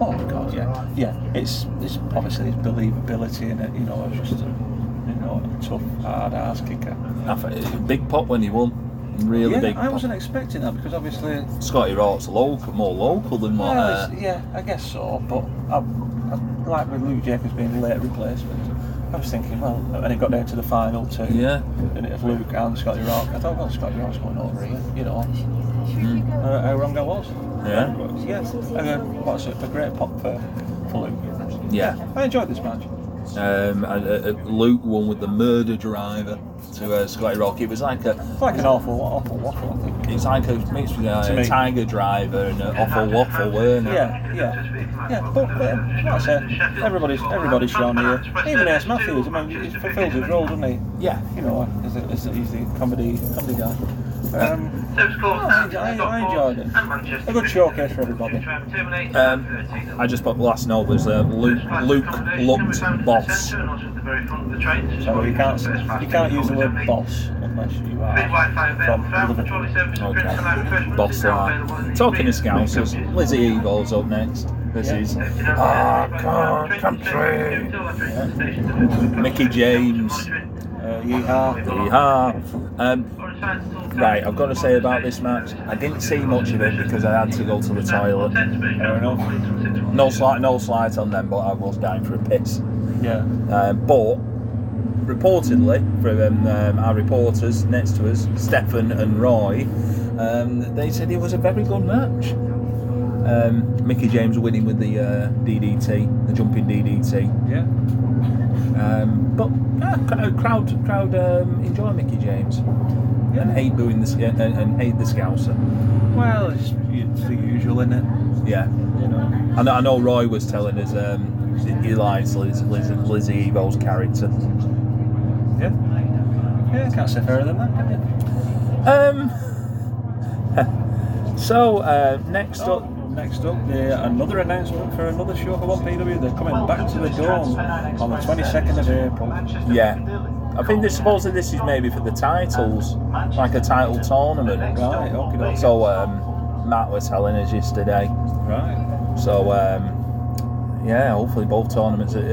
B: oh my God, yeah, yeah. It's it's obviously it's believability in it. You know, it's just a, you know a tough hard ass kicker.
A: I th- big pop when he won. Really
B: yeah,
A: big.
B: I
A: pop.
B: wasn't expecting that because obviously,
A: Scotty Rock's local, more local than what.
B: well,
A: uh,
B: it's- yeah, I guess so. But I, I, like with Luke Jacobs being the late replacement. I was thinking, well, and it got down to the final two.
A: yeah.
B: And if Luke and Scotty Rock, I thought, well, Scotty Rock's going over here, you know.
A: Mm.
B: uh, how wrong I was.
A: Yeah.
B: Yes. Uh, what's it? A great pop for, for Luke.
A: Yeah.
B: I enjoyed this match.
A: Um, and, uh, uh, Luke won with the murder driver to uh, Scotty Rock. It was like a,
B: It's like an awful, awful waffle, I think.
A: it's like a mix between
B: To
A: a
B: me.
A: tiger driver and an awful waffle, weren't it?
B: Yeah, yeah, yeah. But uh, like I said, everybody's everybody's shown here. Even Ace Matthews, I mean, he fulfills his role, doesn't he?
A: Yeah.
B: You know, he's a, he's a, he's a comedy comedy guy. Um,
E: I,
B: I- I enjoyed it. A good showcase for everybody.
A: Um, I just put the last note was uh, Luke, Luke looked boss.
B: so you can't you can't use the word boss unless you are from Liverpool.
A: Okay. Boss lad. Talking of scousers, Lizzie Eagle's up next. This is Ah, God, country. Mickey James.
B: Uh, yeehaw.
A: Yeehaw. Um, Right, I've got to say about this match, I didn't see much of it because I had to go to the toilet.
B: Fair enough.
A: No slight, no slight on them, but I was dying for a piss.
B: Yeah.
A: Um, but reportedly, from um, our reporters next to us, Stefan and Roy, um, they said it was a very good match. Um, Mickey James winning with the uh, DDT, the jumping DDT.
B: Yeah.
A: Um, but yeah, cr- crowd, crowd um, enjoy Mickey James and
B: Yeah.
A: hate booing the sc- and, and hate the Scouser.
B: Well, it's, it's the usual, isn't it?
A: Yeah.
B: You know.
A: I know, I know Roy was telling us um, he likes Liz, Liz, Lizzie Evo's character.
B: Yeah. Yeah, can't say fairer than that, can you?
A: Um, (laughs) so, uh, next up.
B: next up, yeah, another announcement for another show for 1PW. They're coming back to the Dome on the 22nd of April.
A: Yeah. I think this, supposedly this is maybe for the titles, like a title tournament.
B: Right, okay, that's
A: So, um, Matt was telling us yesterday.
B: Right.
A: So, um, yeah, hopefully both tournaments. Are,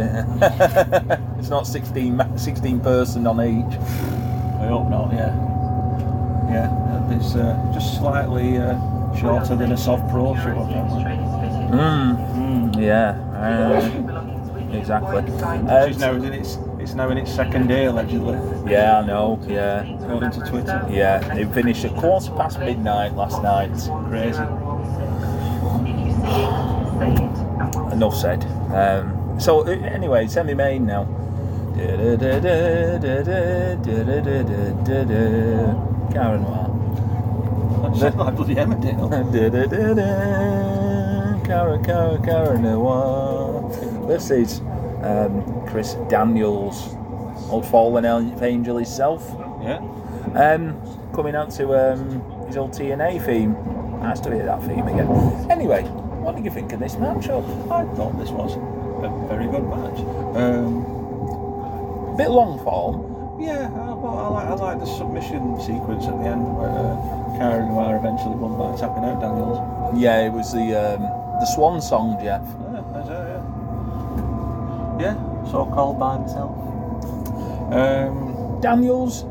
A: (laughs) it's not 16, ma- 16 person on each.
B: I hope not, yeah. Yeah, it's uh, just slightly uh, shorter than a soft pro show, apparently.
A: Mm,
B: Mm.
A: yeah. uh, exactly. Uh,
B: It's now, in its, it's now in its second day, allegedly, (laughs)
A: yeah, I know. Yeah.
B: according to Twitter.
A: Yeah, it finished at quarter past midnight last night.
B: Crazy.
A: Enough said. Um, so, uh, anyway, semi main now. Karen Noir.
B: I'm just like bloody Emmerdale.
A: Karen, Karen, Karen Noir. This is um, Chris Daniels, old fallen angel himself,
B: (laughs) Yeah.
A: um, coming out to um, his old TNA theme. Nice to hear that theme again. Anyway, what did you think of this match up?
B: I thought this was a very good match. Um,
A: Bit long form.
B: yeah, I, uh, well, I, like, I like the submission sequence at the end where uh, Cara Noir eventually won by tapping out
A: yeah, it was the um, the Swan Song, Jeff.
B: Yeah, that's it, yeah. Yeah, so called by myself. Um,
A: Daniels.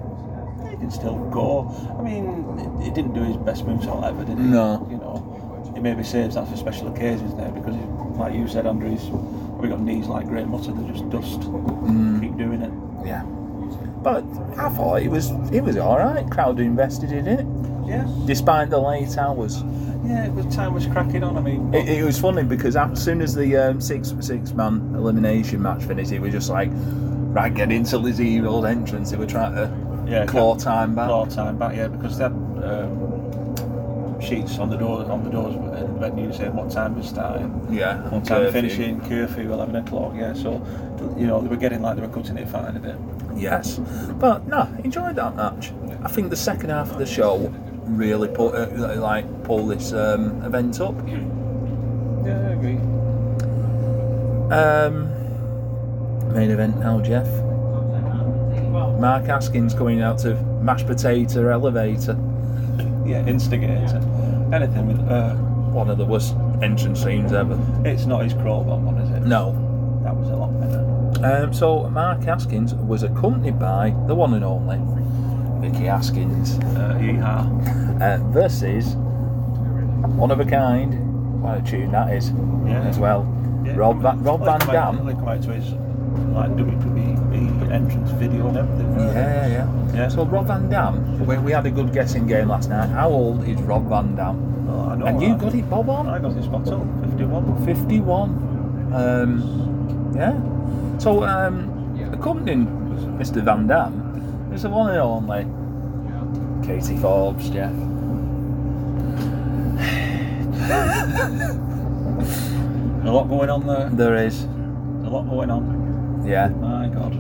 B: he can still go. I mean, he didn't do his best moonsault ever, did he?
A: No.
B: You know, he maybe saves that for special occasions now because, he, like you said, Andrew, he's probably got knees like Great Mutter, they're just dust.
A: Mm.
B: Keep doing it.
A: Yeah. But I thought it was it was all right. Crowd invested in it,
B: Yeah,
A: despite the late hours.
B: yeah, it was, time was cracking on. I mean,
A: It, it was funny because as soon as the um, six six man elimination match finished, it was just like, right, get into Lizzie old entrance. They were trying to
B: yeah,
A: claw time back.
B: Claw time back, yeah, because they had um, sheets on the door on the doors with uh, red news saying what time was starting,
A: Yeah,
B: what time
A: curfew.
B: finishing, curfew, eleven o'clock. Yeah, so you know they were getting like they were cutting it fine a bit.
A: Yes, but no, enjoyed that match. I think the second half of the show really put uh, like pull this um, event up.
B: Yeah, I agree.
A: Um, main event now, Jeff. Mark Haskins coming out of mashed potato elevator.
B: Yeah, instigator. Anything with uh,
A: One of the worst entrance scenes ever.
B: it's not his crawl bomb one, is it?
A: No.
B: that was a lot better.
A: Um, so Mark Haskins was accompanied by the one and only Vicky Haskins
B: Uh,
A: E
B: yeehaw.
A: uh, versus one of a kind. What a tune that is
B: Yeah.
A: as well.
B: Yeah,
A: Rob, Va- Rob
B: Well,
A: Van
B: he come out-
A: Dam.
B: They come out to his like WWE entrance video and everything.
A: Yeah, yeah.
B: Yeah.
A: So Rob Van Dam, we, we had a good guessing game last night. How old is Rob Van Dam?
B: Oh, I know
A: and you
B: that.
A: got it, Bob, on
B: I got this spot up, 51.
A: 51. Um, yeah. So um, accompanying Mr. Van Dam is the one and only Katie Forbes, Jeff.
B: A lot going on there.
A: There is.
B: A lot going on.
A: Yeah.
B: My God.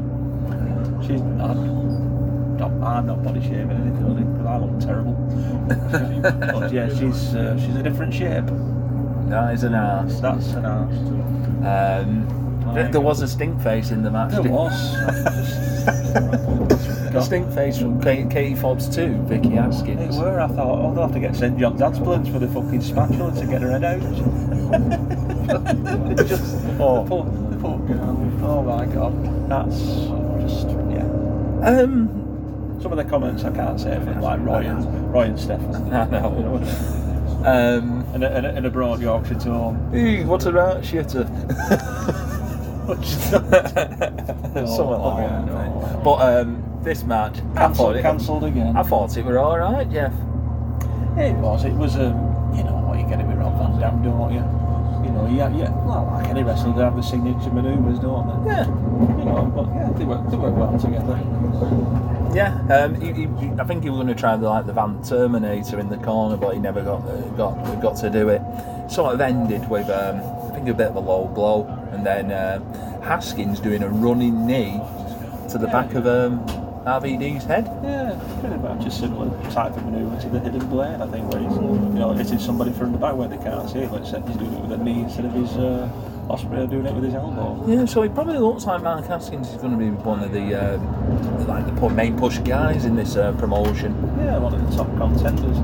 B: She's. I'm not, I'm not body shaming anything, only because I look
A: (laughs)
B: terrible. but yeah, she's uh, she's a different shape.
A: That is an arse.
B: That's an arse.
A: Um, there, there was a stink face in the match.
B: There
A: didn't-
B: was.
A: a stink face from Ka- Katie Forbes too, Vicky
B: It
A: Haskins.
B: were, I thought, oh, they'll have to get St John's ambulance for the fucking spatula to get
A: (laughs)
B: her head out. It's just,
A: Oh.
B: the poor, the poor girl. Oh my god, that's just, yeah.
A: Um,
B: Some of the comments I can't say from like
A: Oh,
B: Roy and Roy and (laughs) Stefan.
A: I know. Um,
B: And a, and a, and a broad Yorkshire tone.
A: Ew, what a rat shitter. (laughs) Something
B: Oh,
A: like that.
B: no.
A: mate. But um, this match, I thought,
B: Cancelled,
A: it,
B: cancelled again.
A: I thought it were all right, Jeff.
B: It was. It was um, you know what you get it with Rob Van Dam, don't you? You know, yeah, yeah. Well, like any wrestler, they have the signature manoeuvres, don't they?
A: Yeah,
B: You know, but yeah, they work, they work well together.
A: yeah. Um, he, he, he- I think he was going to try the like the Van Terminator in the corner, but he never got uh, got got to do it. Sort of ended with um, I think a bit of a low blow, and then uh, Haskins doing a running knee to the back of um, RVD's head.
B: Yeah, pretty much a similar type of manoeuvre to the hidden blade, I think, where he's you know hitting somebody from the back where they can't see it, but except he's doing it with a knee instead of his uh, Osprey doing it with his elbow.
A: Yeah, so he probably looks like Mark Haskins is going to be one of the um, like the pu- main push guys in this uh, promotion.
B: Yeah, one of the top contenders.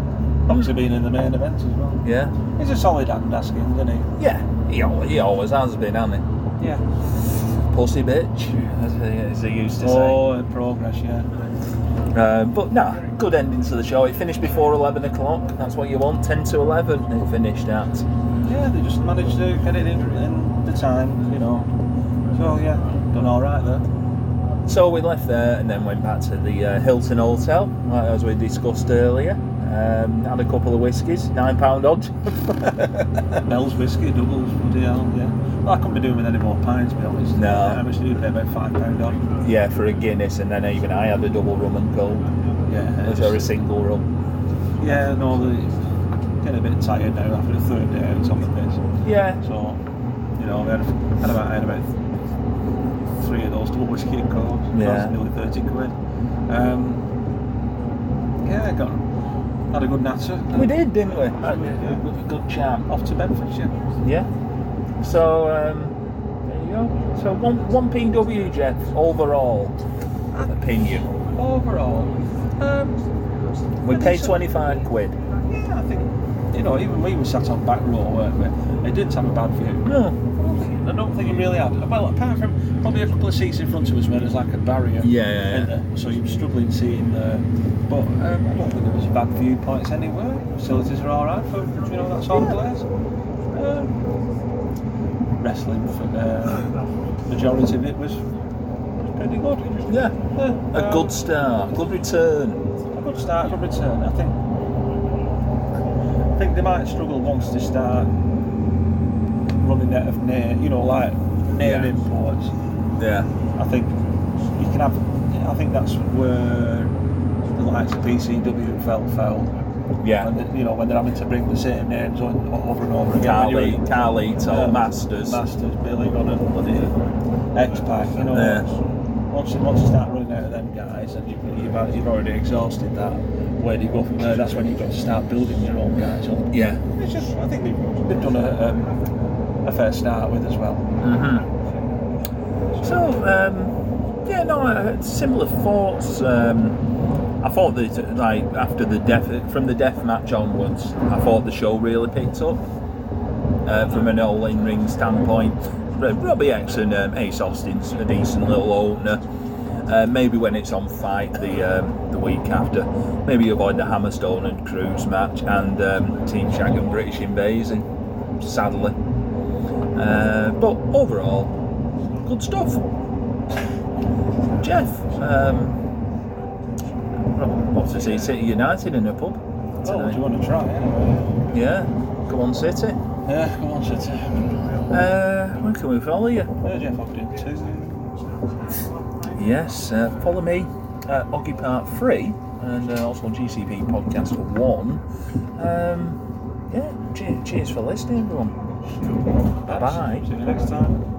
B: Obviously being in the main event as well.
A: Yeah,
B: He's a solid hand asking, isn't he?
A: yeah, he, al- he always has been, hasn't he?
B: Yeah.
A: Pussy bitch, as they, as they used to
B: Oh, in progress, yeah.
A: say. Um, but nah, good ending to the show. It finished before eleven o'clock. That's what you want. Ten to eleven, it finished at.
B: Yeah, they just managed to get it in, in the time, you know. So yeah, done all right there.
A: So we left there and then went back to the uh, Hilton Hotel, like, as we discussed earlier. Um, had a couple of whiskies, nine pound odds.
B: Bell's whiskey doubles, bloody hell, yeah. Well, I couldn't be doing with any more pints, to be honest.
A: No.
B: I wish you pay about five pound on.
A: (laughs) Yeah, for a Guinness, and then even I had a double rum and coke.
B: Yeah,
A: Or a single rum.
B: yeah, no, the, getting a bit tired now after the third day out on the piss.
A: Yeah.
B: So, you know, we had, had about, I had about three of those double whiskey and coke.
A: Yeah.
B: That's nearly 30 quid. Um, yeah, got, had a good natter.
A: We did, didn't we?
B: Yeah.
A: Good, good chat.
B: Off to Bedfordshire.
A: Yeah. So, um, there you go. So, one, one PW jet overall opinion.
B: Overall, um,
A: We
B: I think
A: paid
B: so.
A: 25 quid.
B: Yeah, I think you know, even we were sat on back row, weren't we? It didn't have a bad view.
A: No.
B: I don't think it really had. Well, apart from probably a couple of seats in front of us where there's like a barrier.
A: Yeah, yeah, yeah.
B: in there, so you were struggling seeing there. But um, I don't think there was bad viewpoints anywhere. Facilities are alright for, you know, that sort of place. Um, wrestling, for, uh, majority of it was was pretty good.
A: Yeah.
B: Yeah,
A: A
B: um,
A: good start. Good return.
B: a good start, good return. I think. I think they might struggle once they start running out of name, you know, like name
A: Yeah.
B: imports.
A: Yeah.
B: I think you can have. I think that's where the likes of PCW felt foul.
A: Yeah.
B: When they, you know when they're having to bring the same names on over and over again.
A: Carly,
B: When you're-
A: Carlito,
B: Yeah.
A: Masters.
B: Masters, Billy Gunn, and bloody X Pac. You know,
A: Yeah.
B: once you, once you start running out of them guys, and you've, you've, had- you've already exhausted that, where do you go from there? That's when you've got to start building your own guys up.
A: Yeah.
B: It's just, I think they've, they've done a, um, a fair start with as well.
A: hmm So, um, yeah, no, I had similar thoughts. Um, I thought that, like, after the death, from the death match onwards, I thought the show really picked up uh, from an all in ring standpoint. But Robbie X and um, Ace Austin's a decent little opener. Uh, maybe when it's on fight the um, the week after, maybe avoid the Hammerstone and Cruise match and um, Team Shag and British Invasion, sadly. Uh, but overall, good stuff. Jeff, um, what's to see City United in a pub
B: Oh, do you
A: tonight?
B: want to try anyway?
A: Yeah, come on, City.
B: Yeah, come on, City.
A: Uh, where can we follow you?
B: Yeah, Jeff Ogden, too.
A: Yes, uh, follow me at Oggy Part 3 and uh, also on GCP Podcast 1. Um, yeah, che- cheers for listening, everyone. Bye bye.
B: See you next time.